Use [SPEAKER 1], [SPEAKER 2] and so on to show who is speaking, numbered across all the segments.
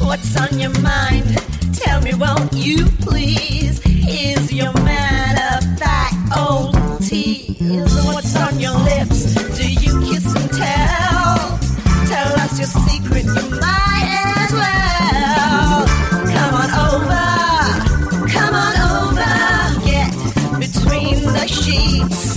[SPEAKER 1] What's on your mind? Tell me, won't you please? Is your man a fat old tease? What's on your lips? Do you kiss and tell? Tell us your secret, you might as well. Come on over, come on over, get between the sheets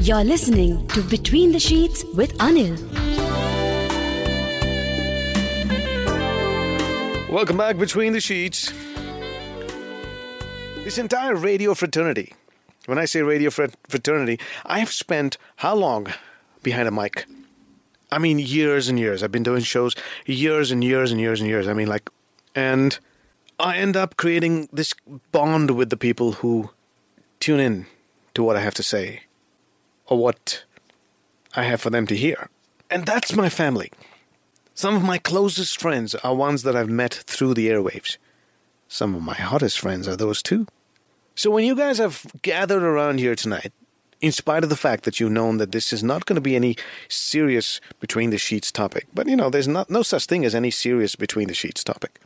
[SPEAKER 2] You're listening to Between the Sheets with Anil.
[SPEAKER 3] Welcome back between the sheets. This entire radio fraternity, when I say radio frat- fraternity, I have spent how long behind a mic? I mean, years and years. I've been doing shows years and years and years and years. I mean, like, and I end up creating this bond with the people who tune in to what I have to say or what I have for them to hear. And that's my family. Some of my closest friends are ones that I've met through the airwaves. Some of my hottest friends are those too. So when you guys have gathered around here tonight, in spite of the fact that you've known that this is not going to be any serious between the sheets topic, but you know, there's not no such thing as any serious between the sheets topic.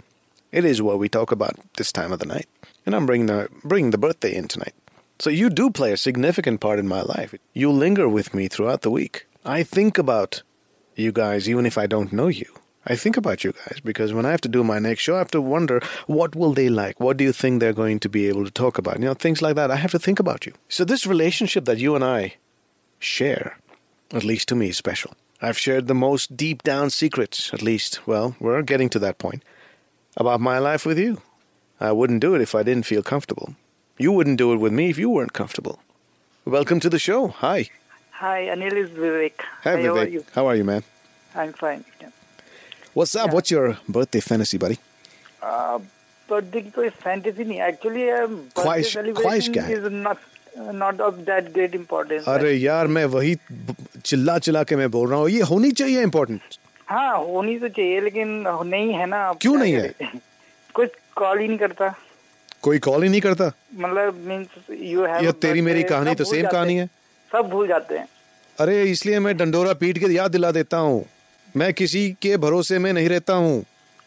[SPEAKER 3] It is what we talk about this time of the night, and I'm bringing the bringing the birthday in tonight. So you do play a significant part in my life. You linger with me throughout the week. I think about you guys, even if I don't know you. I think about you guys because when I have to do my next show, I have to wonder what will they like? What do you think they're going to be able to talk about? You know, things like that. I have to think about you. So this relationship that you and I share, at least to me, is special. I've shared the most deep down secrets, at least. Well, we're getting to that point about my life with you. I wouldn't do it if I didn't feel comfortable. You wouldn't do it with me if you weren't comfortable. Welcome to the show. Hi.
[SPEAKER 4] Hi, Anil is Vivek.
[SPEAKER 3] Hi,
[SPEAKER 4] How are
[SPEAKER 3] Vivek.
[SPEAKER 4] you?
[SPEAKER 3] How are you, man?
[SPEAKER 4] I'm fine. Yeah.
[SPEAKER 3] What's up? What's your birthday fantasy, buddy?
[SPEAKER 4] Uh, birthday की कोई fantasy नहीं actually um, birthday
[SPEAKER 3] ख्वाहिश-
[SPEAKER 4] celebration
[SPEAKER 3] ख्वाहिश क्या है?
[SPEAKER 4] is not uh, not of that great importance
[SPEAKER 3] अरे यार मैं वही चिल्ला चिल्ला के मैं बोल रहा हूँ ये होनी चाहिए इम्पोर्टेंट
[SPEAKER 4] हाँ होनी तो चाहिए लेकिन नहीं है ना आप
[SPEAKER 3] क्यों
[SPEAKER 4] क्या
[SPEAKER 3] नहीं है?
[SPEAKER 4] करें? कोई कॉल ही नहीं करता
[SPEAKER 3] कोई कॉल ही नहीं करता
[SPEAKER 4] मतलब मींस यू हैव
[SPEAKER 3] ये तेरी मेरी कहानी तो सेम कहानी है
[SPEAKER 4] सब भूल जाते हैं
[SPEAKER 3] अरे इसलिए मैं डंडोरा पीट के याद दिला देता हूँ मैं किसी के भरोसे में नहीं रहता हूँ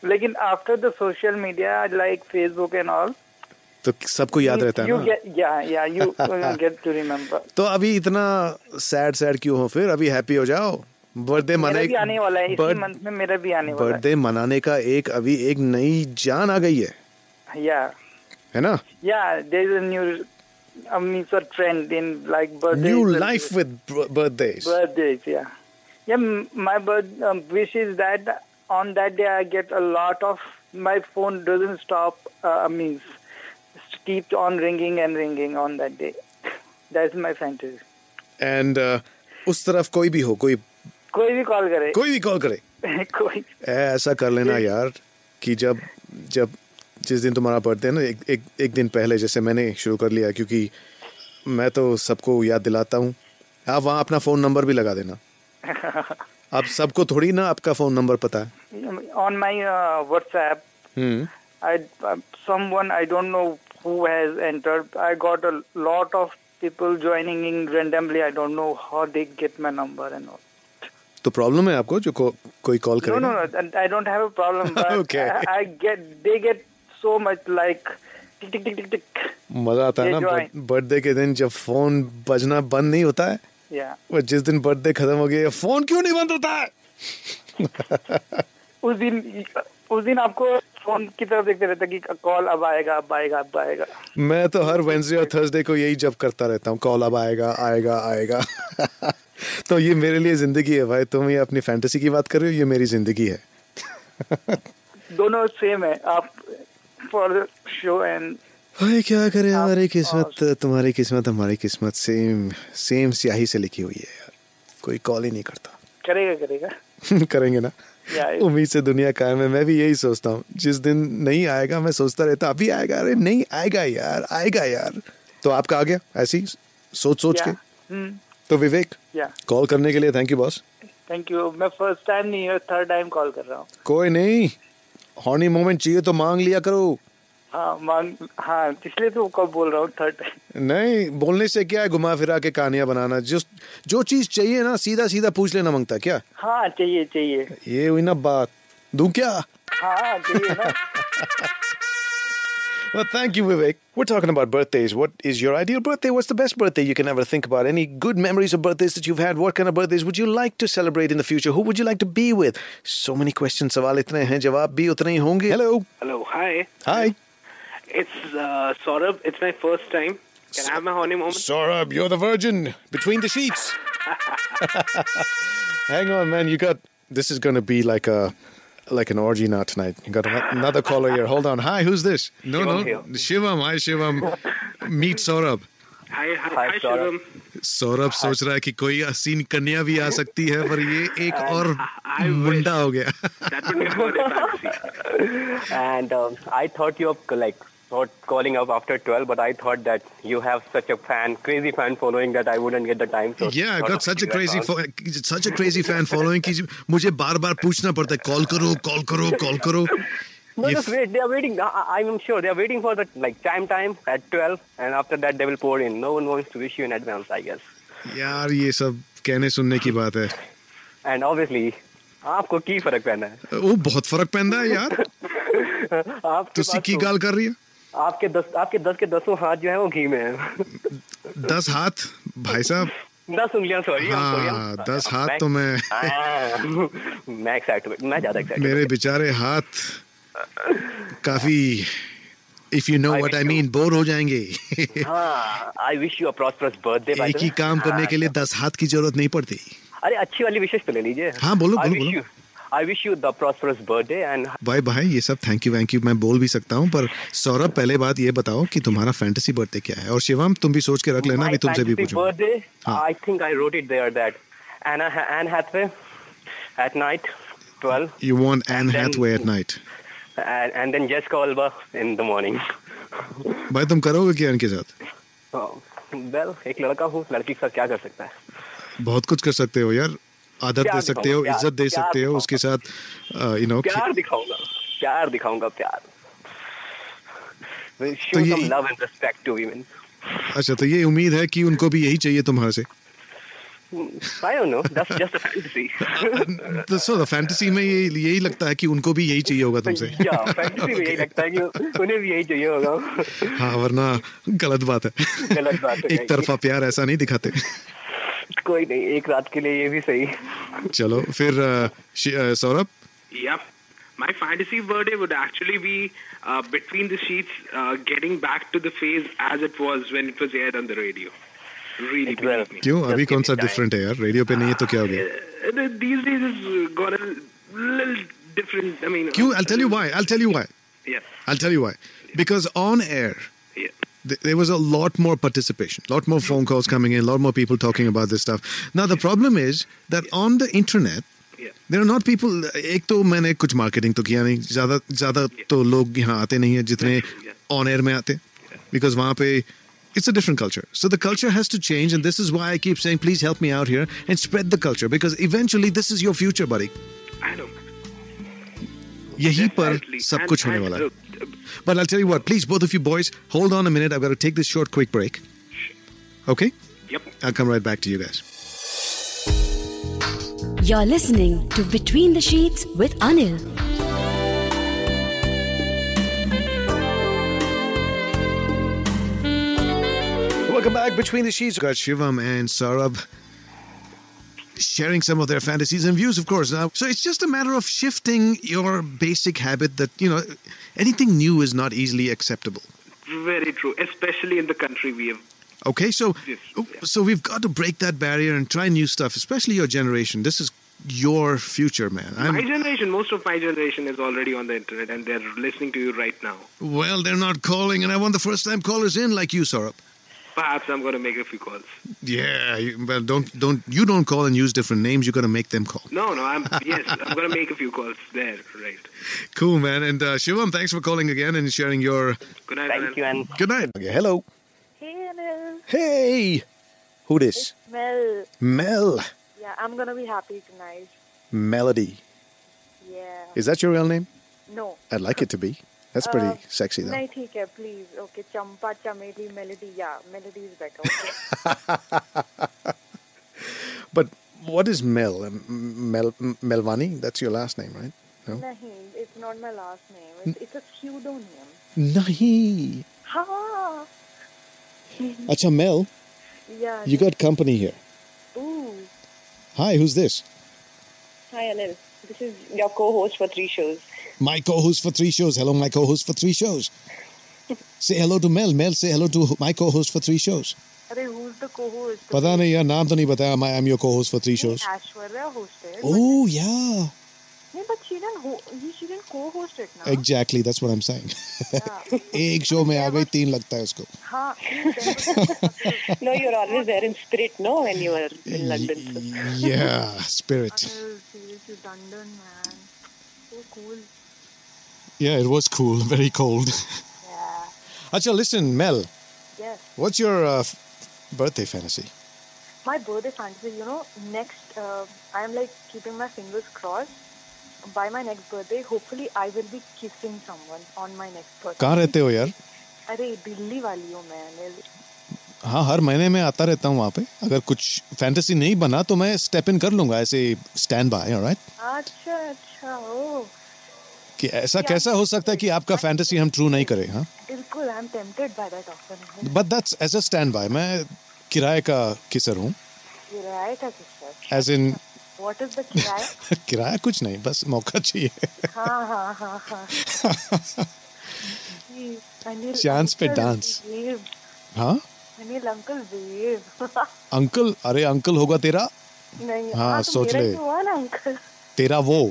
[SPEAKER 4] लेकिन after the social media like Facebook and all
[SPEAKER 3] तो सबको याद रहता है
[SPEAKER 4] यू
[SPEAKER 3] ना
[SPEAKER 4] yeah yeah you get to remember
[SPEAKER 3] तो अभी इतना सैड सैड क्यों हो फिर अभी हैप्पी हो जाओ बर्थडे
[SPEAKER 4] मेरा भी आने वाला है इसी
[SPEAKER 3] मनाने
[SPEAKER 4] मंथ में मेरा भी आने वाला
[SPEAKER 3] बर्थडे मनाने का एक अभी एक नई जान आ गई है
[SPEAKER 4] है या
[SPEAKER 3] है ना
[SPEAKER 4] Yeah, there's a new, I mean, sort of trend in like birthdays.
[SPEAKER 3] New
[SPEAKER 4] and
[SPEAKER 3] life with birthdays
[SPEAKER 4] Birthdays, yeah. Yeah, m- my birth, um, wish is that on that day I get a lot of, my phone doesn't stop, uh, I mean, s- keeps on ringing and ringing on that day. That's my fantasy.
[SPEAKER 3] And uh, उस तरफ कोई भी हो कोई
[SPEAKER 4] कोई भी call करे
[SPEAKER 3] कोई भी कॉल करे
[SPEAKER 4] कोई
[SPEAKER 3] ए, ऐसा कर लेना यार कि जब जब जिस दिन तुम्हारा बर्थडे है ना एक, एक एक दिन पहले जैसे मैंने शुरू कर लिया क्योंकि मैं तो सबको याद दिलाता हूँ आप वहाँ अपना फ़ोन नंबर भी लगा देना अब सबको थोड़ी ना आपका फ़ोन नंबर पता है
[SPEAKER 4] on my uh, WhatsApp,
[SPEAKER 3] hmm,
[SPEAKER 4] I uh, someone I don't know who has entered. I got a lot of people joining in randomly. I don't know how they get my number and all.
[SPEAKER 3] तो problem है आपको जो को, कोई call करे
[SPEAKER 4] No, no, no. and I don't have a problem. But
[SPEAKER 3] Okay.
[SPEAKER 4] I, I get they get so much like tick tick tick tick tick.
[SPEAKER 3] मज़ा आता है
[SPEAKER 4] ये
[SPEAKER 3] ना
[SPEAKER 4] जो है।
[SPEAKER 3] बर्थडे के दिन जब फ़ोन बजना बंद नहीं होता है
[SPEAKER 4] Yeah.
[SPEAKER 3] और जिस दिन बर्थडे ख़त्म हो गया फ़ोन क्यों नहीं बंद होता है
[SPEAKER 4] उस दिन उस दिन आपको फोन की तरफ देखते रहता कि कॉल अब आएगा अब आएगा अब आएगा
[SPEAKER 3] मैं तो हर वेंसडे और थर्सडे को यही जब करता रहता हूँ कॉल अब आएगा आएगा आएगा तो ये मेरे लिए जिंदगी है भाई तुम ये अपनी फैंटेसी की बात कर रहे हो ये मेरी जिंदगी है
[SPEAKER 4] दोनों सेम है आप फॉर शो एंड
[SPEAKER 3] भाई क्या करें
[SPEAKER 4] आप-
[SPEAKER 3] हमारी किस्मत तुम्हारी किस्मत हमारी किस्मत सेम सेम स्याही से लिखी हुई है यार कोई कॉल ही नहीं करता
[SPEAKER 4] करेगा करेगा
[SPEAKER 3] करेंगे ना
[SPEAKER 4] या
[SPEAKER 3] उम्मीद से दुनिया कायम है मैं भी यही सोचता हूँ जिस दिन नहीं आएगा मैं सोचता रहता अभी आएगा अरे नहीं आएगा यार आएगा यार तो आपका आ गया ऐसे ही सोच सोच
[SPEAKER 4] या
[SPEAKER 3] के तो विवेक
[SPEAKER 4] या
[SPEAKER 3] कॉल करने के लिए thank you boss
[SPEAKER 4] thank you मैं फर्स्ट टाइम नहीं है थर्ड टाइम कॉल कर रहा हूँ
[SPEAKER 3] कोई नहीं हॉनी मोमेंट चाहिए तो मांग लिया करो
[SPEAKER 4] हाँ मांग हाँ इसलिए तो कब बोल रहा हूँ थर्ड टाइम
[SPEAKER 3] नहीं बोलने से क्या है घुमा फिरा के कहानियां बनाना जिस जो चीज चाहिए ना सीधा सीधा पूछ लेना मांगता है, क्या
[SPEAKER 4] हाँ चाहिए चाहिए
[SPEAKER 3] ये हुई ना बात दू क्या
[SPEAKER 4] हाँ चाहिए ना
[SPEAKER 3] Well, thank you, Vivek. We're talking about birthdays. What is your ideal birthday? What's the best birthday you can ever think about? Any good memories of birthdays that you've had? What kind of birthdays would you like to celebrate in the future? Who would you like to be with? So many questions. सवाल इतने हैं, जवाब भी उतने ही होंगे. Hello.
[SPEAKER 5] Hello, hi.
[SPEAKER 3] Hi.
[SPEAKER 5] It's uh, Saurabh. It's my first time. Can I have my honey moment?
[SPEAKER 3] Saurabh, you're the virgin between the sheets. Hang on, man. You got this is going to be like a like an orgy now tonight. You got another caller here. Hold on. Hi, who's this? No,
[SPEAKER 5] Shivam here.
[SPEAKER 3] Shivam. Hi, Shivam. Meet Saurabh.
[SPEAKER 5] Hi, hi, hi, Saurabh.
[SPEAKER 3] Saurabh सोच रहा है कि कोई हसीन कन्या भी आ सकती है पर ये एक और
[SPEAKER 5] I wish.
[SPEAKER 3] मुंडा हो गया
[SPEAKER 5] That would be for the fantasy.
[SPEAKER 6] And um, I thought you were like thought calling up after 12, but I thought that you have such a fan, crazy fan following that I wouldn't get the time. So
[SPEAKER 3] yeah, I
[SPEAKER 6] thought
[SPEAKER 3] got
[SPEAKER 6] of
[SPEAKER 3] such a
[SPEAKER 6] giving
[SPEAKER 3] crazy,
[SPEAKER 6] call.
[SPEAKER 3] fo- such a crazy fan following कि मुझे बार बार पूछना पड़ता है call करो call करो call करो
[SPEAKER 6] No,
[SPEAKER 3] ये
[SPEAKER 6] just wait. They are waiting. I- I- I'm sure they are waiting for the like time time at 12, and after that they will pour in. No one wants to wish you in advance, I guess.
[SPEAKER 3] f- यार ये सब कहने सुनने की बात है
[SPEAKER 6] And obviously. आपको की फर्क पहना है
[SPEAKER 3] वो बहुत फर्क पैंदा है यार
[SPEAKER 6] आपके
[SPEAKER 3] तुसी
[SPEAKER 6] पास
[SPEAKER 3] की
[SPEAKER 6] तो
[SPEAKER 3] गाल कर रही है
[SPEAKER 6] आपके दस आपके दस के दसों हाथ जो है वो घी में है
[SPEAKER 3] दस हाथ भाई साहब
[SPEAKER 6] दस उंगलियां सॉरी
[SPEAKER 3] हाँ दस हाथ तो मैं
[SPEAKER 6] मैं एक्साइटेड मैं ज्यादा एक्साइटेड
[SPEAKER 3] मेरे बेचारे हाथ काफी if you know
[SPEAKER 6] I
[SPEAKER 3] what I
[SPEAKER 6] wish you-
[SPEAKER 3] mean bore हो जाएंगे
[SPEAKER 6] I wish you a prosperous birthday
[SPEAKER 3] एक ही काम
[SPEAKER 4] हाँ,
[SPEAKER 3] करने के लिए दस हाथ की जरूरत नहीं पड़ती
[SPEAKER 6] अरे अच्छी वाली विशेष तो ले लीजिए
[SPEAKER 3] हाँ, बोलो, बोलो, बोलो।
[SPEAKER 6] I wish you the prosperous birthday and
[SPEAKER 3] भाई भाई ये सब थैंक यू वैंक यू मैं बोल भी सकता हूँ पर सौरभ पहले बात ये बताओ कि तुम्हारा फैंटेसी बर्थडे क्या है और शिवम तुम भी सोच के रख लेना भी तुमसे भी पूछूंगा
[SPEAKER 6] बर्थडे
[SPEAKER 3] हाँ।
[SPEAKER 6] I think I wrote it there that Anna Anne Hathaway at night 12
[SPEAKER 3] You want Anne
[SPEAKER 6] then-
[SPEAKER 3] Hathaway at night.
[SPEAKER 6] and, and then Jessica Alba in the morning
[SPEAKER 3] भाई तुम करोगे क्या इनके साथ
[SPEAKER 6] वेल Oh, एक लड़का हूँ लड़की के साथ क्या कर सकता है
[SPEAKER 3] बहुत कुछ कर सकते हो यार आदत
[SPEAKER 6] प्यार
[SPEAKER 3] दे सकते हो
[SPEAKER 6] दिखाऊंगा,
[SPEAKER 3] इज्जत दे
[SPEAKER 6] प्यार
[SPEAKER 3] सकते हो
[SPEAKER 6] दिखाऊंगा।
[SPEAKER 3] उसके साथ यू नो
[SPEAKER 6] प्यार दिखाऊंगा प्यार दिखाऊंगा प्यार We'll show
[SPEAKER 3] ये-
[SPEAKER 6] some love and respect to women.
[SPEAKER 3] अच्छा तो ये उम्मीद है कि उनको भी यही चाहिए तुम्हारे से
[SPEAKER 6] Hmm, I don't know. That's just a fantasy.
[SPEAKER 3] तो सो द फैंटेसी में ये यही लगता है कि उनको भी यही चाहिए होगा तुमसे
[SPEAKER 6] या फैंटेसी में यही लगता है कि उन्हें भी यही चाहिए होगा
[SPEAKER 3] हाँ वरना गलत बात है
[SPEAKER 6] गलत बात हो
[SPEAKER 3] एक
[SPEAKER 6] जाएगी।
[SPEAKER 3] तरफा प्यार ऐसा नहीं दिखाते
[SPEAKER 6] कोई नहीं एक रात के लिए ये भी सही
[SPEAKER 3] चलो फिर अ, शि- अ, Saurabh
[SPEAKER 5] Yep. My fantasy birthday would actually be uh, between the sheets, uh, getting back to the phase as it was when it was aired on the radio. Really,
[SPEAKER 6] It will.
[SPEAKER 5] believe me.
[SPEAKER 3] क्यों
[SPEAKER 6] Just
[SPEAKER 3] अभी कौन
[SPEAKER 6] give
[SPEAKER 3] सा
[SPEAKER 6] me time.
[SPEAKER 3] Different है यार radio पे नहीं है तो क्या हो गया
[SPEAKER 5] Uh, th- these days it's got a little different. I mean,
[SPEAKER 3] क्यों I'll tell you why I'll tell you why
[SPEAKER 5] Yeah,
[SPEAKER 3] I'll tell you why because on air
[SPEAKER 5] yeah.
[SPEAKER 3] th- there was a lot more participation, a lot more phone calls coming in, a lot more people talking about this stuff. Now the problem is that on the internet,
[SPEAKER 5] Yeah.
[SPEAKER 3] There are not people एक तो मैंने कुछ marketing तो किया नहीं ज्यादा ज्यादा तो लोग यहाँ आते नहीं है जितने
[SPEAKER 5] Yeah.
[SPEAKER 3] ऑन एयर में आते बिकॉज वहाँ पे It's a different culture. So the culture has to change, and this is why I keep saying, please help me out here and spread the culture because eventually this is your future, buddy.
[SPEAKER 5] I know.
[SPEAKER 3] यही पर
[SPEAKER 5] Definitely.
[SPEAKER 3] सब
[SPEAKER 5] And-
[SPEAKER 3] कुछ होने
[SPEAKER 5] and
[SPEAKER 3] वाला है.
[SPEAKER 5] look,
[SPEAKER 3] But I'll tell you what, please, both of you boys, hold on a minute. I've got to take this short, quick break. Okay?
[SPEAKER 5] Yep.
[SPEAKER 3] I'll come right back to you guys.
[SPEAKER 2] You're listening to Between the Sheets with Anil.
[SPEAKER 3] Welcome back between the sheets. Got Shivam and Saurabh sharing some of their fantasies and views, of course. Now, so it's just a matter of shifting your basic habit that you know anything new is not easily acceptable.
[SPEAKER 5] Very true, especially in the country we have.
[SPEAKER 3] Okay, so
[SPEAKER 5] Yes, yeah.
[SPEAKER 3] so we've got to break that barrier and try new stuff, especially your generation. This is your future, man.
[SPEAKER 5] My
[SPEAKER 3] I'm,
[SPEAKER 5] generation, most of my generation is already on the internet and they're listening to you right now.
[SPEAKER 3] well, they're not calling, and I want the first time callers in like you, Saurabh.
[SPEAKER 5] Perhaps I'm going to make a few calls.
[SPEAKER 3] Yeah, you, well, don't don't you don't call and use different names. You're gonna make them call.
[SPEAKER 5] No, no, I'm yes, I'm going to make a few calls there, right.
[SPEAKER 3] Cool, man. And uh, Shivam, thanks for calling again and sharing your
[SPEAKER 5] Good night. Anil.
[SPEAKER 6] Thank you, and
[SPEAKER 3] good night. Okay, hello.
[SPEAKER 7] Hey, Anil.
[SPEAKER 3] Hey, who this?
[SPEAKER 7] Mel.
[SPEAKER 3] Mel
[SPEAKER 7] Yeah, I'm gonna be happy tonight.
[SPEAKER 3] Melody.
[SPEAKER 7] Yeah.
[SPEAKER 3] Is that your real name?
[SPEAKER 7] No.
[SPEAKER 3] I'd like it to be. That's
[SPEAKER 7] pretty
[SPEAKER 3] pretty
[SPEAKER 7] Uh,
[SPEAKER 3] sexy, though.
[SPEAKER 7] नहीं ठीक है please okay Champa चमेली melody या melody is better okay
[SPEAKER 3] But what is Mel? M- Mel M- Melvani? That's your last name, right? No.
[SPEAKER 7] नहीं it's not my last name it's a pseudonym
[SPEAKER 3] Nahi.
[SPEAKER 7] हाँ
[SPEAKER 3] Acha Mel,
[SPEAKER 7] या
[SPEAKER 3] you got company here.
[SPEAKER 7] ooh
[SPEAKER 3] Hi, who's this?
[SPEAKER 7] Hi Anil this is your co-host for three shows
[SPEAKER 3] My co-host for three shows. Hello, my co-host for three shows. Say hello to Mel. Mel, say hello to my co-host for three shows.
[SPEAKER 7] अरे who is the co-host
[SPEAKER 3] पता नहीं यार नाम तो नहीं बताया मैं am your co-host for three shows.
[SPEAKER 7] Ashwarya hosted
[SPEAKER 3] Oh yeah,
[SPEAKER 7] नहीं but she didn't ho- he she didn't co-host it ना
[SPEAKER 3] exactly. That's what I'm saying.
[SPEAKER 7] Yeah.
[SPEAKER 3] एक show में आ गई तीन लगता है उसको.
[SPEAKER 7] हाँ no you're always there in spirit no when you are in
[SPEAKER 3] Yeah, spirit.
[SPEAKER 7] Anil seriously London man so cool
[SPEAKER 3] Yeah, it was cool. Very cold.
[SPEAKER 7] yeah
[SPEAKER 3] Acha, listen, Mel.
[SPEAKER 7] yes
[SPEAKER 3] What's your uh, f- birthday fantasy?
[SPEAKER 7] my birthday fantasy, you know, next, uh, I'm like keeping my fingers crossed. By my next birthday, hopefully, I will be kissing someone on my next birthday.
[SPEAKER 3] कहाँ रहते हो यार?
[SPEAKER 7] अरे दिल्ली वाली हूँ मैं अनिल
[SPEAKER 3] हाँ हर महीने मैं आता रहता हूँ वहाँ पे अगर कुछ फैंटेसी नहीं बना तो मैं स्टेप इन कर लूंगा ऐसे स्टैंड बाय राइट
[SPEAKER 7] अच्छा अच्छा ओ
[SPEAKER 3] कि ऐसा कैसा हो सकता है कि आपका फैंटेसी हम ट्रू नहीं करें हाँ
[SPEAKER 7] बिल्कुल I am tempted by that offer
[SPEAKER 3] but that's as a stand by मैं किराए का किसर हूँ
[SPEAKER 7] किराए का किस्सा
[SPEAKER 3] as in
[SPEAKER 7] what is the किराए
[SPEAKER 3] किराया कुछ नहीं बस मौका चाहिए
[SPEAKER 7] हाँ हाँ हाँ हाँ जी, अनिल
[SPEAKER 3] Chance पे
[SPEAKER 7] uncle
[SPEAKER 3] dance.
[SPEAKER 7] wave,
[SPEAKER 3] हाँ
[SPEAKER 7] अनिल अंकल वेव
[SPEAKER 3] अंकल अरे अंकल होगा तेरा
[SPEAKER 7] नहीं
[SPEAKER 3] हाँ,
[SPEAKER 7] तो
[SPEAKER 3] सोच
[SPEAKER 7] मेरा
[SPEAKER 3] ले।
[SPEAKER 7] ही हुआ ना अंकल
[SPEAKER 3] तेरा वो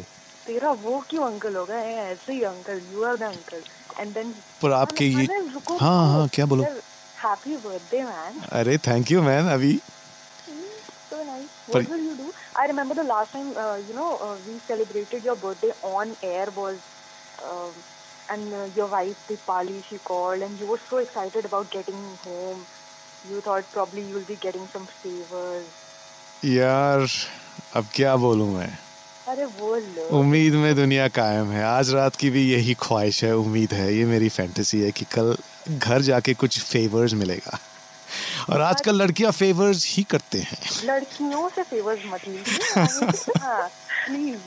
[SPEAKER 7] तेरा वो क्यों अंकल होगा ए, ऐसे ही uncle you are the uncle and then
[SPEAKER 3] पर आपके ये हाँ
[SPEAKER 7] तो
[SPEAKER 3] हाँ क्या बोलो
[SPEAKER 7] हैप्पी बर्थडे मैन
[SPEAKER 3] अरे थैंक यू मैन अभी
[SPEAKER 7] सो नाइस
[SPEAKER 3] पर-
[SPEAKER 7] what will you do I remember the last time you know we celebrated your birthday on air was and uh, your wife Dipali she called and you were so excited about getting home you thought probably you'll be getting some favors
[SPEAKER 3] यार अब क्या बोलूं मैं
[SPEAKER 7] अरे वो लो
[SPEAKER 3] उम्मीद में दुनिया कायम है आज रात की भी यही ख्वाहिश है उम्मीद है ये मेरी फैंटेसी है कि कल घर जाके कुछ फेवर्स मिलेगा और आजकल लड़कियां फेवर्स ही करते हैं
[SPEAKER 7] लड़कियों से फेवर्स मत लीजिए हाँ please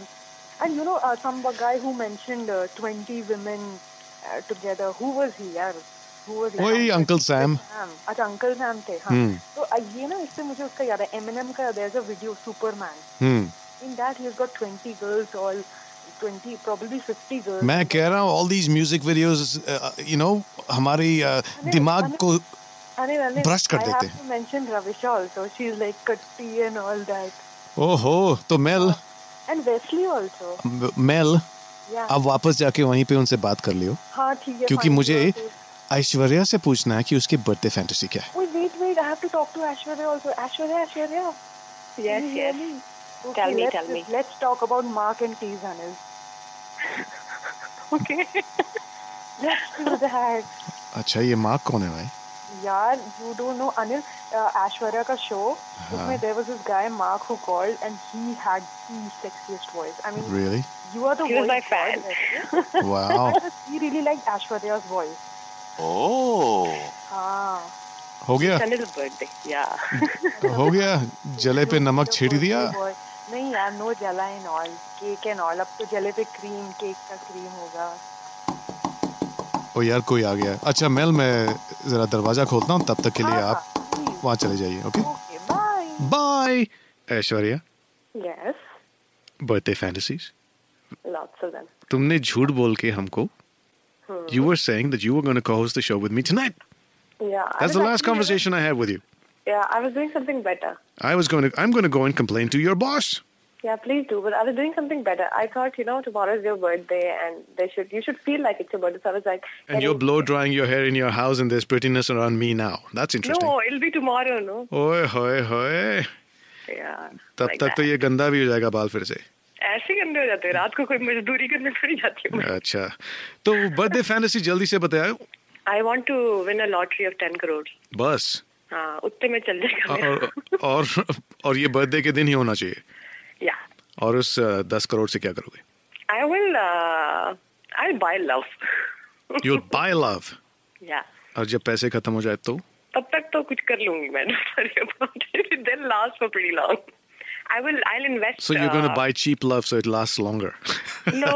[SPEAKER 7] and you know some guy who mentioned 20 uh, women uh, together who was he यार who was he
[SPEAKER 3] वही हम्म। अंकल सैम
[SPEAKER 7] सैम अच्छा अंकल सैम थे हाँ तो अ, ये ना इससे मुझे उसका याद है एमएनएम का there is a video Superman
[SPEAKER 3] hmm
[SPEAKER 7] in that he has got 20 girls all 20 probably 50 girls
[SPEAKER 3] मैं कह रहा हूँ all these music videos you know uh, हमारी uh, दिमाग को
[SPEAKER 7] अरे अरे
[SPEAKER 3] brush कर देते
[SPEAKER 7] हैं mention Ravisha also she is like कट्टी एंड ऑल दैट
[SPEAKER 3] ओहो तो male
[SPEAKER 7] and Wesley also
[SPEAKER 3] male
[SPEAKER 7] या
[SPEAKER 3] अब वापस जाके वहीं पे उनसे बात कर लियो
[SPEAKER 7] हां हाँ, ठीक है
[SPEAKER 3] क्योंकि
[SPEAKER 7] fine,
[SPEAKER 3] मुझे
[SPEAKER 7] you are good.
[SPEAKER 3] ऐश्वर्या से पूछना है कि उसकी बर्थडे फैंटेसी क्या है
[SPEAKER 7] Wait, wait, wait. I have to talk to Ashwarya also. Ashwarya, Ashwarya. Yes, yes. tell me, tell me. Let's talk about Mark and T's, Anil. okay. let's do that.
[SPEAKER 3] अच्छा ये mark कौन है भाई
[SPEAKER 7] Yaar, you don't know Anil, uh, Ashwarya ka show, usme there was this guy, Mark, who called and he had the sexiest voice. I mean,
[SPEAKER 3] really
[SPEAKER 7] you are the voice. my fan.
[SPEAKER 3] Wow
[SPEAKER 7] he really liked Ashwarya's voice.
[SPEAKER 8] Oh.
[SPEAKER 7] Ah.
[SPEAKER 3] हो गया
[SPEAKER 7] Anil's birthday, yeah.
[SPEAKER 3] हो गया जले पे नमक छिड़ दिया
[SPEAKER 7] नहीं यार नो जला and all cake and all अब तो जले पे क्रीम केक का क्रीम होगा
[SPEAKER 3] ओ यार कोई आ गया अच्छा मेल मैं जरा दरवाजा खोलता हूँ तब तक के
[SPEAKER 9] हाँ,
[SPEAKER 3] लिए आप वहाँ चले जाइए okay
[SPEAKER 7] okay bye
[SPEAKER 3] bye Aishwarya
[SPEAKER 7] yes
[SPEAKER 3] birthday fantasies
[SPEAKER 7] lots of them
[SPEAKER 3] तुमने झूठ बोल के हमको You were saying that you were going to co-host the show with me tonight.
[SPEAKER 7] Yeah
[SPEAKER 3] That's the last conversation I had with you.
[SPEAKER 7] Yeah I was doing something better
[SPEAKER 3] I was going to. I'm going to go and complain to your boss.
[SPEAKER 9] Yeah, please do. But I was doing something better. I thought, you know, tomorrow's your birthday, and they should you should feel like it's your birthday. So I was like,
[SPEAKER 3] And you're blow drying your hair in your house, and there's prettiness around me now. That's interesting.
[SPEAKER 9] no, it'll be tomorrow, no?
[SPEAKER 3] ओए होए होए
[SPEAKER 9] Yeah.
[SPEAKER 3] तब
[SPEAKER 9] like
[SPEAKER 3] तक
[SPEAKER 9] that.
[SPEAKER 3] तो ये गंदा भी हो जाएगा बाल फिर से
[SPEAKER 9] ऐसे ही गंदे हो जाते हैं रात को कोई मजदूरी करने पड़ जाती है
[SPEAKER 3] अच्छा तो बर्थडे फैंटेसी जल्दी से बताओ
[SPEAKER 9] I want to win a lottery of ten crore
[SPEAKER 3] बस
[SPEAKER 9] हाँ उतने में चल जाएगा मेरा
[SPEAKER 3] और और और ये बर्थडे के दिन ही होना चाहिए
[SPEAKER 9] या
[SPEAKER 3] और उस दस करोड़ से क्या करोगे
[SPEAKER 9] I will uh, I bye love
[SPEAKER 3] you buy love
[SPEAKER 9] या
[SPEAKER 3] और जब पैसे खत्म हो जाए तो
[SPEAKER 9] तब तक तो कुछ कर लूंगी मैं then last for pretty long I will I will invest
[SPEAKER 3] so you gonna buy cheap love so it last longer
[SPEAKER 9] uh, No,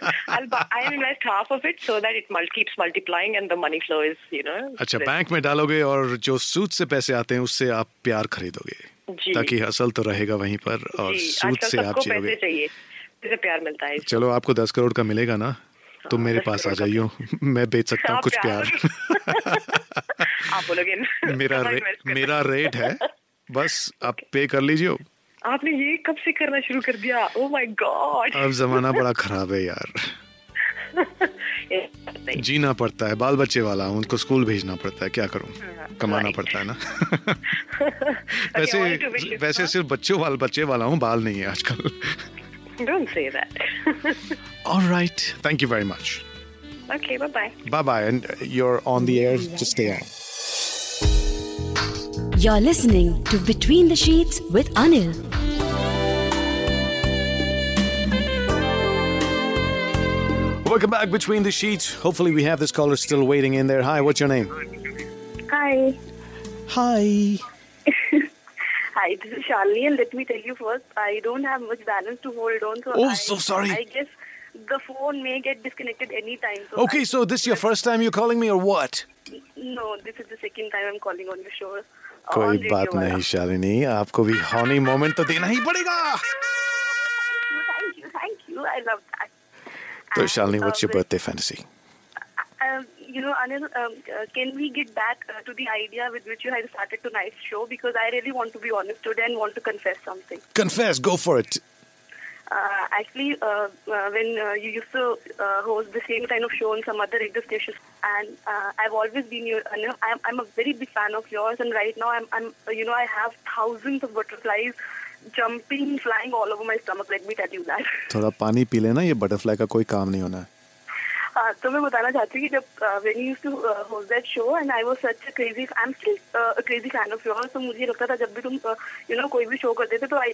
[SPEAKER 9] I'll, bu- I'll invest half of it so that it mul- keeps multiplying and the money flow is, you know.
[SPEAKER 3] अच्छा
[SPEAKER 9] this.
[SPEAKER 3] Bank में डालोगे और जो सूद से पैसे आते हैं उससे आप प्यार खरीदोगे
[SPEAKER 9] जी।
[SPEAKER 3] ताकि असल तो रहेगा वहीं पर और
[SPEAKER 9] जी,
[SPEAKER 3] सूद
[SPEAKER 9] आजकल
[SPEAKER 3] से आप
[SPEAKER 9] सबको पैसे
[SPEAKER 3] जियोगे
[SPEAKER 9] चाहिए पैसे प्यार मिलता है इससे।
[SPEAKER 3] चलो आपको दस करोड़ का मिलेगा ना तो
[SPEAKER 9] हाँ,
[SPEAKER 3] मेरे पास आ जाइयो मैं बेच सकता हूँ
[SPEAKER 9] आप
[SPEAKER 3] कुछ
[SPEAKER 9] हाँ, प्यार
[SPEAKER 3] प्यार
[SPEAKER 9] आप बोलोगे "No,
[SPEAKER 3] मेरा
[SPEAKER 9] कहाँ
[SPEAKER 3] रे,
[SPEAKER 9] invest करना?"
[SPEAKER 3] मेरा रेट है बस आप पे कर लीजिए
[SPEAKER 9] आपने ये कब से करना शुरू कर दिया Oh ओ माय गॉड
[SPEAKER 3] अब जमाना बड़ा खराब है यार जीना पड़ता है बाल बच्चे वाला हूँ, उनको स्कूल भेजना पड़ता है क्या करूँ कमाना पड़ता है ना वैसे वैसे सिर्फ बच्चों वाल बच्चे वाला हूँ बाल नहीं है आजकल
[SPEAKER 9] don't say that
[SPEAKER 3] All right. Thank you very much.
[SPEAKER 9] Okay bye bye
[SPEAKER 3] Bye bye. And uh, you're on the air. Just stay on.
[SPEAKER 2] You're listening to Between the Sheets with Anil.
[SPEAKER 3] Welcome back between the sheets. Hopefully, we have this caller still waiting in there. Hi, what's your name?
[SPEAKER 10] Hi.
[SPEAKER 3] Hi.
[SPEAKER 10] Hi, this is Shalini, and let me tell you first, I don't have much balance to hold on, so
[SPEAKER 3] Oh,
[SPEAKER 10] I,
[SPEAKER 3] so sorry.
[SPEAKER 10] I guess the phone may get disconnected anytime. So
[SPEAKER 3] Okay, so this your first time you're calling me or what?
[SPEAKER 10] I, no, this is the second time I'm calling on your show. uh, on
[SPEAKER 3] कोई
[SPEAKER 10] radio
[SPEAKER 3] बात
[SPEAKER 10] वाला.
[SPEAKER 3] नहीं शालिनी आपको भी honey moment तो देना ही पड़ेगा
[SPEAKER 10] Thank you, thank you. I love that.
[SPEAKER 3] तो Shalini what's your birthday fantasy
[SPEAKER 10] Um, you know, Anil, um, uh, can we get back uh, to the idea with which you had started tonight's show? Because I really want to be honest today and want to confess something.
[SPEAKER 3] Confess go for it
[SPEAKER 10] Uh, actually, uh, uh, when uh, you used to uh, host the same kind of show on some other radio stations, and uh, I've always been your, you know, I'm, I'm a very big fan of yours, and right now I'm, I'm, you know, I have thousands of butterflies jumping, flying all over my stomach. Let me tell you that.
[SPEAKER 3] थोड़ा पानी P लेना ये butterfly का कोई काम नहीं होना है
[SPEAKER 10] Uh, तो मैं बताना चाहती हूँ कि जब when use to host that show and I was such a crazy I am still crazy fan of your तो मुझे लगता था जब भी तुम यू नो कोई भी शो करते थे तो आई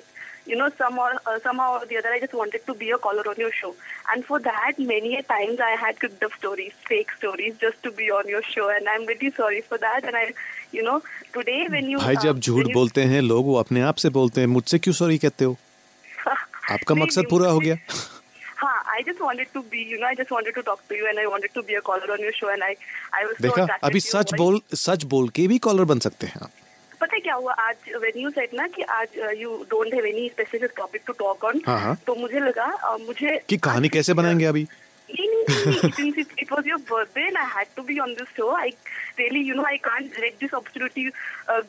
[SPEAKER 10] यू नो सम और सम और the other I just wanted to be a caller on your show and for that many a times I had cooked up stories fake stories just to be on your show and I am very sorry for that and I you know today when you
[SPEAKER 3] भाई जब झूठ बोलते हैं लोग वो अपने आप से बोलते हैं मुझसे क्यों सॉरी कहते हो आपका मकसद पूरा हो गया
[SPEAKER 10] हाँ I just wanted to be you know I just wanted to talk to you and I wanted to be a caller on your show and I I was
[SPEAKER 3] देखा अभी सच बोल सच बोल के भी कॉलर बन सकते हैं आप
[SPEAKER 10] पता है क्या हुआ आज वेन यू सेट ना कि आज uh, you don't have any specific topic to talk on
[SPEAKER 3] हाँ, हाँ।
[SPEAKER 10] तो मुझे लगा अ, मुझे
[SPEAKER 3] कि कहानी कैसे बनाएंगे अभी
[SPEAKER 10] नहीं नहीं नहीं since it was your birthday and I had to be on this show I really you know I can't let this opportunity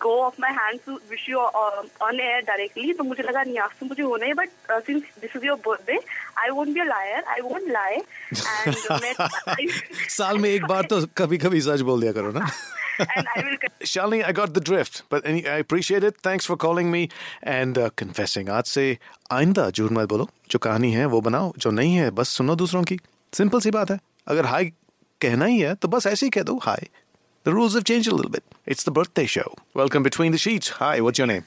[SPEAKER 10] go off my hands to wish you on air directly तो मुझे लगा नहीं आज तो मुझे होना है uh, but since this is your birthday I won't be a liar I won't lie and
[SPEAKER 3] साल में एक बार तो कभी कभी सच बोल दिया करो ना Shalini, I got the drift, but any, I appreciate it. Thanks for calling me and uh, confessing. आज से आइंदा झूठ मत बोलो जो कहानी है वो बनाओ जो नहीं है बस सुनो दूसरों की सिंपल सी बात है अगर हाय कहना ही है तो बस ऐसे ही कह दो हाय The rules have changed a little bit. It's the birthday show. Welcome between the sheets. Hi, what's your name?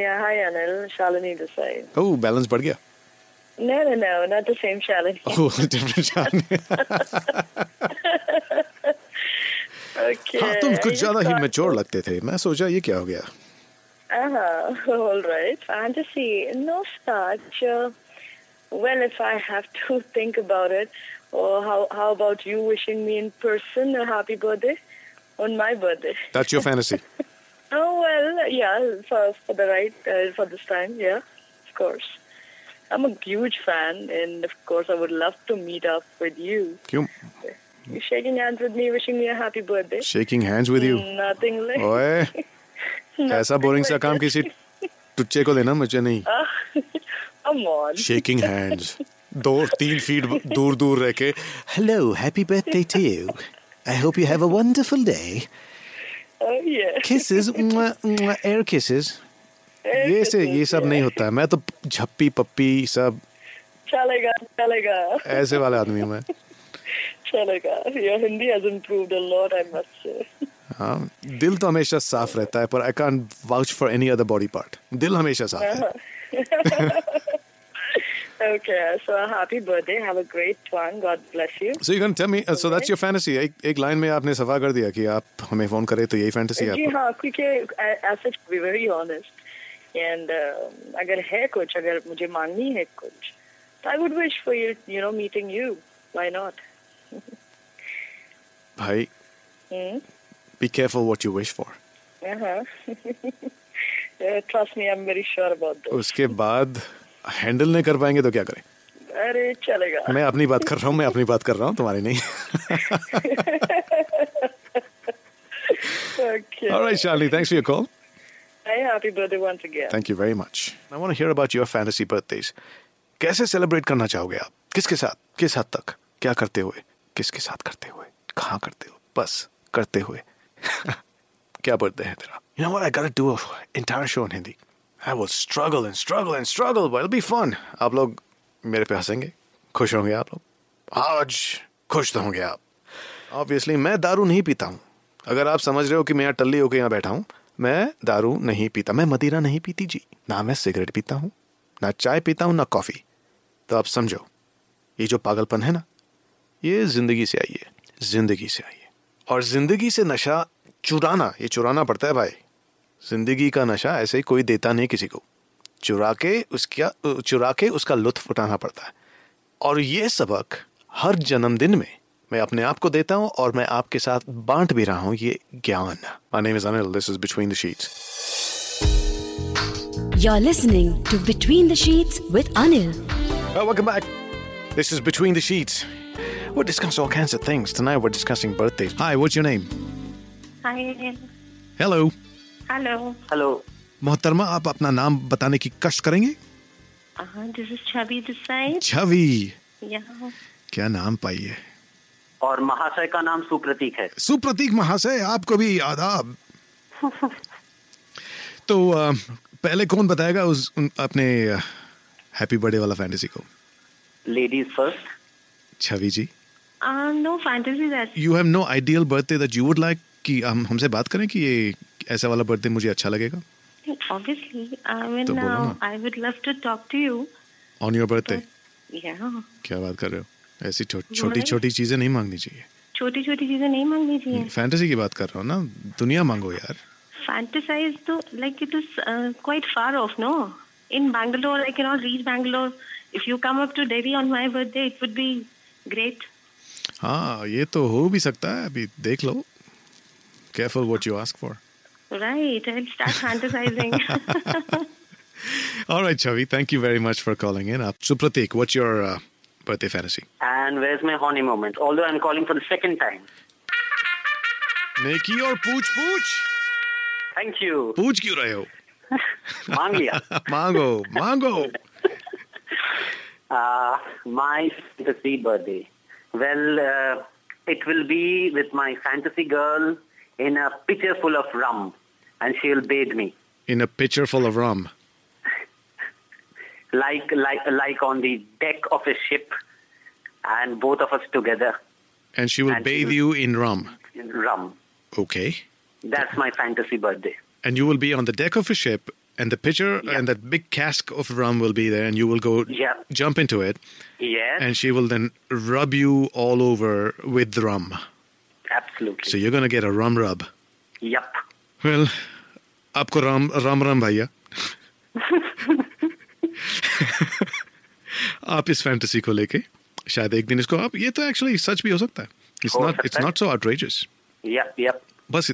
[SPEAKER 11] Yeah, hi Anil, Shalini this side.
[SPEAKER 3] Oh, balance बढ़ गया.
[SPEAKER 11] No, no, no, not the same Shalini.
[SPEAKER 3] Oh, different Shalini.
[SPEAKER 11] okay.
[SPEAKER 3] हाँ तुम कुछ ज्यादा ही
[SPEAKER 11] I just
[SPEAKER 3] mature लगते थे मैं सोचा ये क्या हो गया
[SPEAKER 11] thought- Uh-huh, all right. Fantasy, no such. Uh, well, if I have to think about it, or how, how about you wishing me in person a happy birthday on my birthday?
[SPEAKER 3] That's your fantasy.
[SPEAKER 11] Oh well, yeah, for for the right uh, for this time, yeah, of course. I'm a huge fan, and of course, I would love to meet up with you.
[SPEAKER 3] क्यों
[SPEAKER 11] You shaking hands with me, wishing me a happy birthday.
[SPEAKER 3] Shaking hands with you.
[SPEAKER 11] Nothing like.
[SPEAKER 3] ओए
[SPEAKER 11] Nothing
[SPEAKER 3] ऐसा boring सा
[SPEAKER 11] like
[SPEAKER 3] काम
[SPEAKER 11] that.
[SPEAKER 3] किसी टुच्चे को देना मुझे नहीं
[SPEAKER 11] Ah, Come on.
[SPEAKER 3] shaking hands, door teen feet door door reke. Hello, happy birthday to you. I hope you have a wonderful day.
[SPEAKER 11] Oh yeah.
[SPEAKER 3] Kisses, mwah, mwah, air kisses.
[SPEAKER 11] Air
[SPEAKER 3] ये से ये
[SPEAKER 11] kisses,
[SPEAKER 3] सब नहीं होता है मैं तो झप्पी पप्पी सब
[SPEAKER 11] Chalega, chalega,
[SPEAKER 3] ऐसे वाला आदमी हूँ मैं
[SPEAKER 11] chalega. Your Hindi has improved a lot, I must say.
[SPEAKER 3] हाँ दिल तो हमेशा साफ रहता है पर I can't vouch for any other body part दिल हमेशा
[SPEAKER 11] हाँ,
[SPEAKER 3] साफ है
[SPEAKER 11] Uh-huh. okay, so happy birthday. Have a great one. God bless you.
[SPEAKER 3] So you can tell me so that's your fantasy एक एक लाइन में आपने सफा कर दिया कि आप हमें फोन करें तो यही फैंटेसी है
[SPEAKER 11] जी
[SPEAKER 3] आपको
[SPEAKER 11] हाँ क्योंकि as such be very honest and अगर है कुछ अगर मुझे मांगनी है कुछ तो I would wish for you you know meeting you why not
[SPEAKER 3] भाई be careful what you wish for
[SPEAKER 11] trust me I am very sure about
[SPEAKER 3] उसके बाद हैंडल नहीं कर पाएंगे तो क्या करें
[SPEAKER 11] दिस अरे चलेगा
[SPEAKER 3] मैं अपनी बात कर रहा हूँ मैं अपनी बात कर रहा हूँ तुम्हारी नहीं
[SPEAKER 11] okay
[SPEAKER 3] alright Shalini thanks for your call
[SPEAKER 11] happy birthday once again
[SPEAKER 3] thank you very much I want to hear about your fantasy birthdays कैसे सेलिब्रेट करना चाहोगे आप किसके साथ किस हद तक क्या करते हुए किसके साथ करते हुए कहाँ करते हो बस करते हुए क्या बर्थडे है तेरा You know what? I gotta do an entire show in Hindi. I will struggle and struggle and struggle, but it'll be fun. आप लोग मेरे पे हंसेंगे खुश होंगे आप लोग आज खुश तो होंगे आप ऑब्वियसली मैं दारू नहीं पीता हूँ अगर आप समझ रहे हो कि मैं यहाँ टल्ली होकर यहाँ बैठा हूँ मैं दारू नहीं पीता मैं मदिरा नहीं पीती जी ना मैं सिगरेट पीता हूँ ना चाय पीता हूँ ना कॉफ़ी तो आप समझो ये जो पागलपन है ना ये जिंदगी से आई है जिंदगी से आई है और जिंदगी से नशा चुराना ये चुराना पड़ता है भाई जिंदगी का नशा ऐसे ही कोई देता नहीं किसी को चुरा के उसका चुरा के उसका लुत्फ उठाना पड़ता है और ये सबक हर जन्मदिन में मैं अपने आप को देता हूँ और मैं आपके साथ बांट भी रहा हूँ ये ज्ञान My name is Anil. This is Between the Sheets.
[SPEAKER 2] You're listening to Between the Sheets with Anil.
[SPEAKER 3] Well, Oh, welcome back. This is Between the Sheets. We'll discuss all kinds of things. Tonight we're discussing birthdays. Hi, what's your name?
[SPEAKER 12] Hi.
[SPEAKER 3] Hello.
[SPEAKER 12] Hello.
[SPEAKER 3] Hello. मोहतरमा आप अपना नाम बताने की कष्ट करेंगे
[SPEAKER 12] Uh, this is Chubby this side.
[SPEAKER 3] Chhavi
[SPEAKER 12] Yeah.
[SPEAKER 3] क्या नाम पाई है
[SPEAKER 13] और महाशय का नाम सुप्रतीक है
[SPEAKER 3] सुप्रतीक महाशय आपको भी आदाब तो अ, पहले कौन बताएगा उस उन, अपने हैप्पी बर्थडे वाला फैंटेसी को
[SPEAKER 13] ladies first
[SPEAKER 3] Chhavi ji
[SPEAKER 12] Uh, no fantasy that.
[SPEAKER 3] You have no ideal birthday that you would like कि हम हमसे बात करें कि ये ऐसा वाला बर्थडे मुझे अच्छा लगेगा
[SPEAKER 12] Obviously, I
[SPEAKER 3] तो
[SPEAKER 12] mean,
[SPEAKER 3] बोलो
[SPEAKER 12] uh,
[SPEAKER 3] ना।
[SPEAKER 12] I would love to talk to you.
[SPEAKER 3] On your birthday
[SPEAKER 12] Yeah.
[SPEAKER 3] क्या बात कर रहे हो ऐसी छो-
[SPEAKER 12] Right.
[SPEAKER 3] छोटी छोटी चीजें नहीं मांगनी चाहिए
[SPEAKER 12] छोटी छोटी चीजें नहीं मांगनी चाहिए
[SPEAKER 3] फैंटेसी की बात कर रहा हूँ ना दुनिया मांगो यार
[SPEAKER 12] Fantasize तो like it is uh, quite far off, no? In Bangalore, I cannot reach Bangalore. If you come up to Delhi on my birthday, it would be great.
[SPEAKER 3] हाँ ये तो हो भी सकता है अभी देख लो careful what you ask for
[SPEAKER 12] Right. I'll start fantasizing.
[SPEAKER 3] Alright Chhavi thank you very much for calling in आप Supratik uh, what's your birthday fantasy
[SPEAKER 13] and where is my honey moment although I am calling for the second time
[SPEAKER 3] नेकी और पूछ पूछ
[SPEAKER 13] thank you
[SPEAKER 3] पूछ क्यों रहे हो
[SPEAKER 13] मांग लिया
[SPEAKER 3] मांगो मांगो
[SPEAKER 13] Uh, my fantasy birthday. Well, uh, it will be with my fantasy girl in a pitcher full of rum, and she'll bathe me
[SPEAKER 3] in a pitcher full of rum
[SPEAKER 13] like like like on the deck of a ship, and both of us together
[SPEAKER 3] and she will bathe you in rum
[SPEAKER 13] in rum.
[SPEAKER 3] okay
[SPEAKER 13] That's my fantasy birthday.
[SPEAKER 3] and you will be on the deck of a ship and the pitcher and that big cask of rum will be there and you will go jump into it
[SPEAKER 13] Yes,
[SPEAKER 3] and she will then rub you all over with the rum
[SPEAKER 13] absolutely.
[SPEAKER 3] so you're going to get a rum rub
[SPEAKER 13] Yup.
[SPEAKER 3] well आपको राम राम राम भैया आप इस fantasy को लेके शायद एक दिन इसको आप ये तो एक्चुअली सच भी हो सकता है it's not it's not so outrageous
[SPEAKER 13] Yep. Yep.
[SPEAKER 3] बस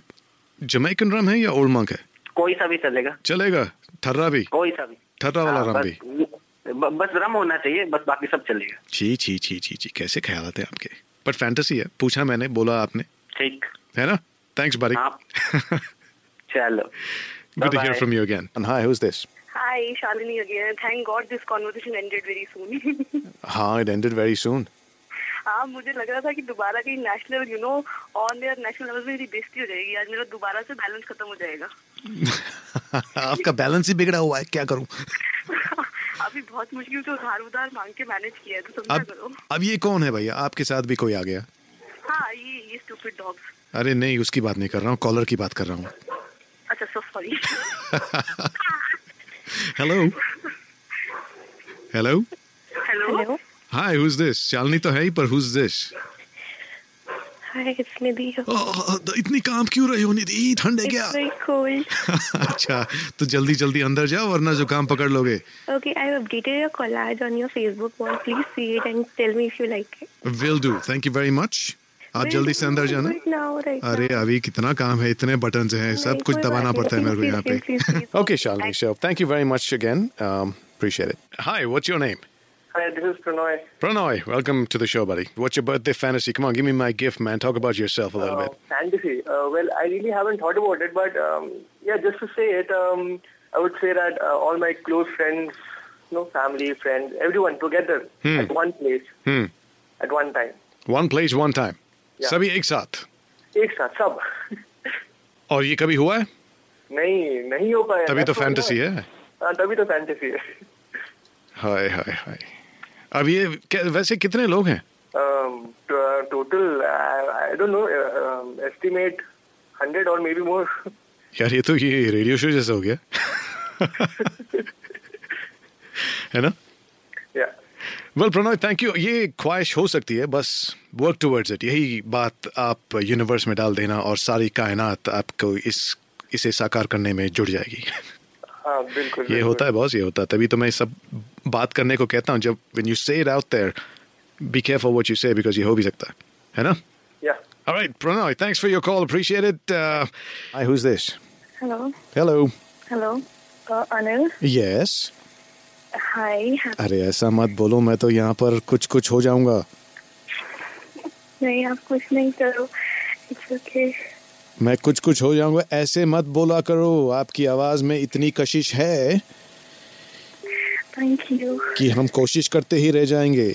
[SPEAKER 3] जमैकन रम है या ओल्ड मंक है
[SPEAKER 13] कोई सा भी चलेगा
[SPEAKER 3] चलेगा ठर्रा भी
[SPEAKER 13] कोई सा भी
[SPEAKER 3] ठर्रा
[SPEAKER 4] हाँ,
[SPEAKER 3] वाला
[SPEAKER 14] हाँ,
[SPEAKER 3] रम भी
[SPEAKER 13] बस ब- बस रम होना चाहिए बस बाकी सब चलेगा
[SPEAKER 3] जी जी जी जी जी कैसे ख्याल आते हैं आपके बट फैंटेसी है पूछा मैंने बोला आपने
[SPEAKER 13] ठीक
[SPEAKER 3] है ना थैंक्स बारिक
[SPEAKER 13] चलो
[SPEAKER 3] good to hear
[SPEAKER 13] Bye-bye.
[SPEAKER 3] From you again and hi who is this
[SPEAKER 10] Hi, Shalini again. Thank God this conversation ended very soon.
[SPEAKER 3] हाँ it ended very soon
[SPEAKER 10] हाँ मुझे लग रहा था कि दोबारा कहीं national you know on air national level में मेरी बेइज्जती हो जाएगी आज मेरा दोबारा से बैलेंस खत्म हो जाएगा
[SPEAKER 3] आपका बैलेंस ही बिगड़ा हुआ है क्या करूं
[SPEAKER 10] अभी बहुत मुश्किल से उधार उधार मांग के मैनेज किया है तो समझा करो
[SPEAKER 3] अब अब ये कौन है भैया आपके साथ भी कोई आ गया
[SPEAKER 10] हाँ ये ये स्टूपिड डॉग्स
[SPEAKER 3] अरे नहीं उसकी बात नहीं कर रहा हूँ कॉलर की बात कर रहा हूँ
[SPEAKER 10] अच्छा so sorry
[SPEAKER 3] hello hello
[SPEAKER 10] hello
[SPEAKER 3] hi who is this Shalini तो है ही पर who is this
[SPEAKER 15] Hi, it's Nidhi. here.
[SPEAKER 3] इतनी काम क्यों रही हो निधि ठंड है
[SPEAKER 15] it's
[SPEAKER 3] क्या
[SPEAKER 15] very cold.
[SPEAKER 3] अच्छा तो जल्दी जल्दी अंदर जाओ वरना जुकाम पकड़ लोगे
[SPEAKER 15] Okay, I've updated your collage on your Facebook wall. Please see it and tell me if you like it.
[SPEAKER 3] Will do thank you very much आप
[SPEAKER 15] Will
[SPEAKER 3] जल्दी से
[SPEAKER 15] do.
[SPEAKER 3] अंदर जाना
[SPEAKER 15] Right now, right
[SPEAKER 3] अरे अभी कितना काम है इतने बटन हैं सब
[SPEAKER 15] नहीं,
[SPEAKER 3] कुछ
[SPEAKER 15] कोई
[SPEAKER 3] दबाना
[SPEAKER 15] बात नहीं,
[SPEAKER 3] पड़ता है मेरे को
[SPEAKER 15] please,
[SPEAKER 3] यहाँ
[SPEAKER 15] please, please,
[SPEAKER 3] पे okay Shalini show thank you very much again Um, appreciate it hi what's your name
[SPEAKER 14] Hi, this is Pranoy.
[SPEAKER 3] pranoy welcome to the show buddy what's your birthday fantasy come on give me my gift man talk about yourself a little bit
[SPEAKER 14] Fantasy. Uh, well, I really haven't thought about it, but um, yeah, just to say it, um, I would say that uh, all my close friends, you know, family, friends, everyone together
[SPEAKER 3] Hmm.
[SPEAKER 14] at one place,
[SPEAKER 3] hmm
[SPEAKER 14] at one time.
[SPEAKER 15] Oh.
[SPEAKER 3] one place one time
[SPEAKER 14] Yeah.
[SPEAKER 3] सभी एक साथ
[SPEAKER 14] एक साथ सब
[SPEAKER 3] और ये कभी हुआ है
[SPEAKER 14] नहीं नहीं हो पाया
[SPEAKER 3] तभी तो
[SPEAKER 14] That's why
[SPEAKER 3] fantasy
[SPEAKER 14] ना-
[SPEAKER 3] है
[SPEAKER 14] हाँ, तभी तो फैंटेसी है
[SPEAKER 3] हाय हाय हाय अब ये क्या- वैसे कितने लोग हैं
[SPEAKER 14] Um, uh, total I don't know estimate hundred और मे बी मोर
[SPEAKER 3] यार ये तो ये रेडियो शो जैसा हो गया है ना
[SPEAKER 14] या
[SPEAKER 3] वेल प्रणॉय थैंक यू ये ख्वाहिश हो सकती है बस वर्क टूवर्ड्स इट यही बात आप यूनिवर्स में डाल देना और सारी कायनात आपको इस इसे साकार करने में जुड़ जाएगी
[SPEAKER 14] हाँ बिल्कुल
[SPEAKER 3] ये होता है बॉस ये होता है तभी तो मैं सब बात करने को कहता हूँ जब when you say it out there be careful what you say because ये हो भी सकता है है ना
[SPEAKER 14] Yeah.
[SPEAKER 3] All right, Pranoy, thanks for your call. Appreciate it. Uh, hi, who's this?
[SPEAKER 11] Hello.
[SPEAKER 3] Hello.
[SPEAKER 11] Hello. Uh, Anil.
[SPEAKER 3] Yes.
[SPEAKER 11] Hi.
[SPEAKER 3] अरे ऐसा मत बोलो मैं तो यहाँ पर कुछ कुछ हो जाऊंगा
[SPEAKER 11] नहीं आप कुछ नहीं करो इट्स ओके
[SPEAKER 3] मैं कुछ कुछ हो जाऊंगा ऐसे मत बोला करो आपकी आवाज में इतनी कशिश है
[SPEAKER 11] थैंक यू
[SPEAKER 3] कि हम कोशिश करते ही रह जाएंगे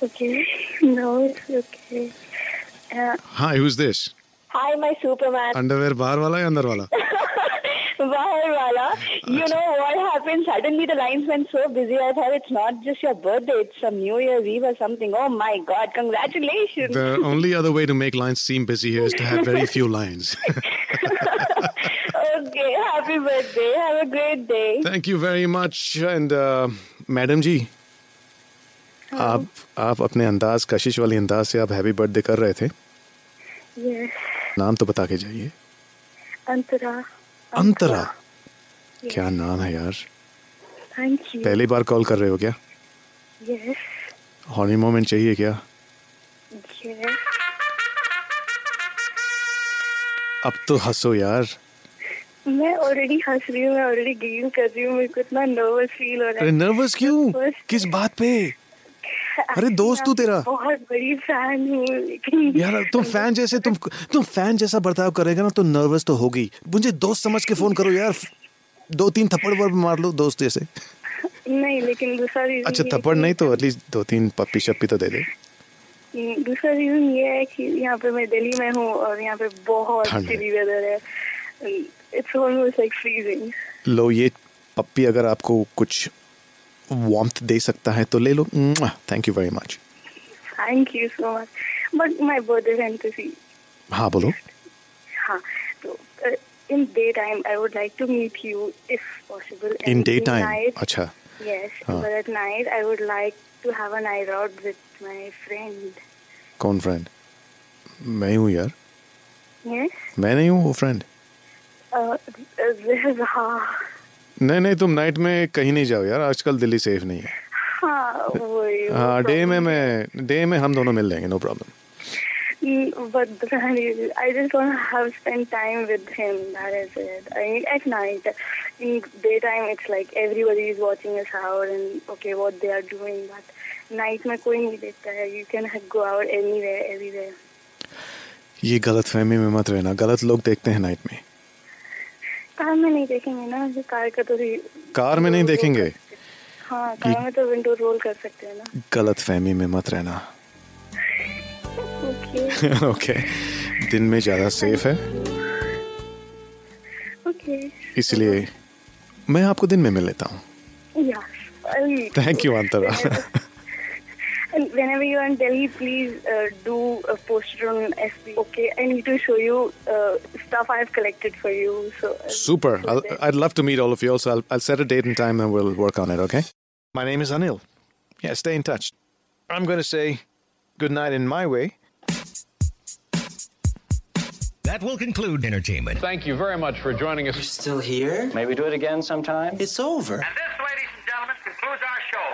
[SPEAKER 11] okay no it's okay
[SPEAKER 15] Uh,
[SPEAKER 3] hi who is this
[SPEAKER 16] Hi, my Superman.
[SPEAKER 3] Underwear बाहर वाला या अंदर वाला
[SPEAKER 16] Vaharwala.
[SPEAKER 3] अच्छा।
[SPEAKER 16] You know what happened? Suddenly the lines went so busy. I thought it's not just your birthday, it's some New Year's Eve or something. Oh my God, congratulations.
[SPEAKER 3] The only other way to make lines seem busy here is to have very few lines.
[SPEAKER 16] okay, happy birthday. Have a great day.
[SPEAKER 3] Thank you very much and uh, madam ji आप आप अपने अंदाज कशिश वाले अंदाज से आप happy birthday कर रहे थे
[SPEAKER 11] यस
[SPEAKER 3] नाम तो बता के जाइए
[SPEAKER 11] अंतरा
[SPEAKER 3] अंतरा
[SPEAKER 11] Yes.
[SPEAKER 3] क्या नाम है यार
[SPEAKER 11] थैंक यू
[SPEAKER 3] पहली बार कॉल कर रहे हो क्या
[SPEAKER 11] यस
[SPEAKER 3] हॉनी मोमेंट चाहिए क्या
[SPEAKER 11] यस
[SPEAKER 3] अब तो हंसो यार
[SPEAKER 11] मैं ऑलरेडी हंस रही हूँ मैं ऑलरेडी गिगिल कर रही हूँ मेरे को इतना नर्वस फील हो रहा
[SPEAKER 3] अरे
[SPEAKER 11] है
[SPEAKER 3] नर्वस क्यों किस बात पे अरे दोस्त हूँ तेरा।
[SPEAKER 11] बहुत बड़ी फैन हूँ लेकिन
[SPEAKER 3] यार तुम फैन जैसे तुम तुम फैन जैसा बर्ताव करेगा ना तो नर्वस तो होगी मुझे दोस्त समझ के फोन करो यार दो तीन थप्पड़ वर मार लो दोस्त जैसे
[SPEAKER 11] नहीं लेकिन दूसरा रीजन
[SPEAKER 3] अच्छा थप्पड़ नहीं तो एटलीस्ट दो तीन पप्पी शप्पी तो दे दे
[SPEAKER 11] दूसरा रीजन ये है कि यहाँ पे मैं दिल्ली में हूँ और यहाँ पे बहुत
[SPEAKER 3] ठंड है।
[SPEAKER 11] चिली वेदर है इट्स ऑलमोस्ट लाइक फ्रीजिंग
[SPEAKER 3] लो ये पप्पी अगर आपको कुछ वार्मथ दे सकता है तो ले लो thank you very much
[SPEAKER 11] thank you so much but my birthday fantasy
[SPEAKER 3] हाँ बोलो
[SPEAKER 11] हाँ तो in day time I would like to meet you if possible
[SPEAKER 3] in day time अच्छा
[SPEAKER 11] Yes,
[SPEAKER 3] Huh.
[SPEAKER 11] but at night I would like to have a night out with my friend.
[SPEAKER 3] कौन friend मैं हूँ यार
[SPEAKER 11] Yes?
[SPEAKER 3] मैं नहीं हूँ वो friend
[SPEAKER 11] Uh, uh, हाँ
[SPEAKER 3] नहीं नहीं तुम नाइट में कहीं नहीं जाओ यार आजकल दिल्ली सेफ नहीं है
[SPEAKER 11] हाँ वही
[SPEAKER 3] हाँ डे में मैं डे में हम दोनों मिल लेंगे no problem
[SPEAKER 11] But I just want to have spend time with him. That is it. I mean, at night, in daytime, it's like everybody is watching us out and okay, what they are doing. But night में कोई नहीं देखता है. You can go out anywhere, everywhere.
[SPEAKER 3] ये गलत फहमी में मत रहना गलत लोग देखते हैं नाइट में
[SPEAKER 10] कार में नहीं देखेंगे ना ऐसे कार का तो भी
[SPEAKER 3] कार में नहीं देखेंगे
[SPEAKER 10] हाँ कार में तो विंडो रोल कर सकते हैं ना
[SPEAKER 3] गलत फहमी में मत रहना
[SPEAKER 10] ओके
[SPEAKER 3] ओके दिन में ज़्यादा सेफ है
[SPEAKER 10] ओके
[SPEAKER 3] इसलिए मैं आपको दिन में मिल लेता हूँ
[SPEAKER 10] या
[SPEAKER 3] thank you Antara
[SPEAKER 10] And whenever you're in Delhi, please uh, do a poster on FB. Okay, I need to show you uh, stuff I've collected for you. So uh,
[SPEAKER 3] Super. I'll, I'd love to meet all of you. Also, I'll, I'll set a date and time and we'll work on it, okay? My name is Anil. Yeah, stay in touch. I'm going to say good night in my way.
[SPEAKER 17] That will conclude entertainment. Thank you very much for joining us. You're still here? Maybe do it again sometime. It's over.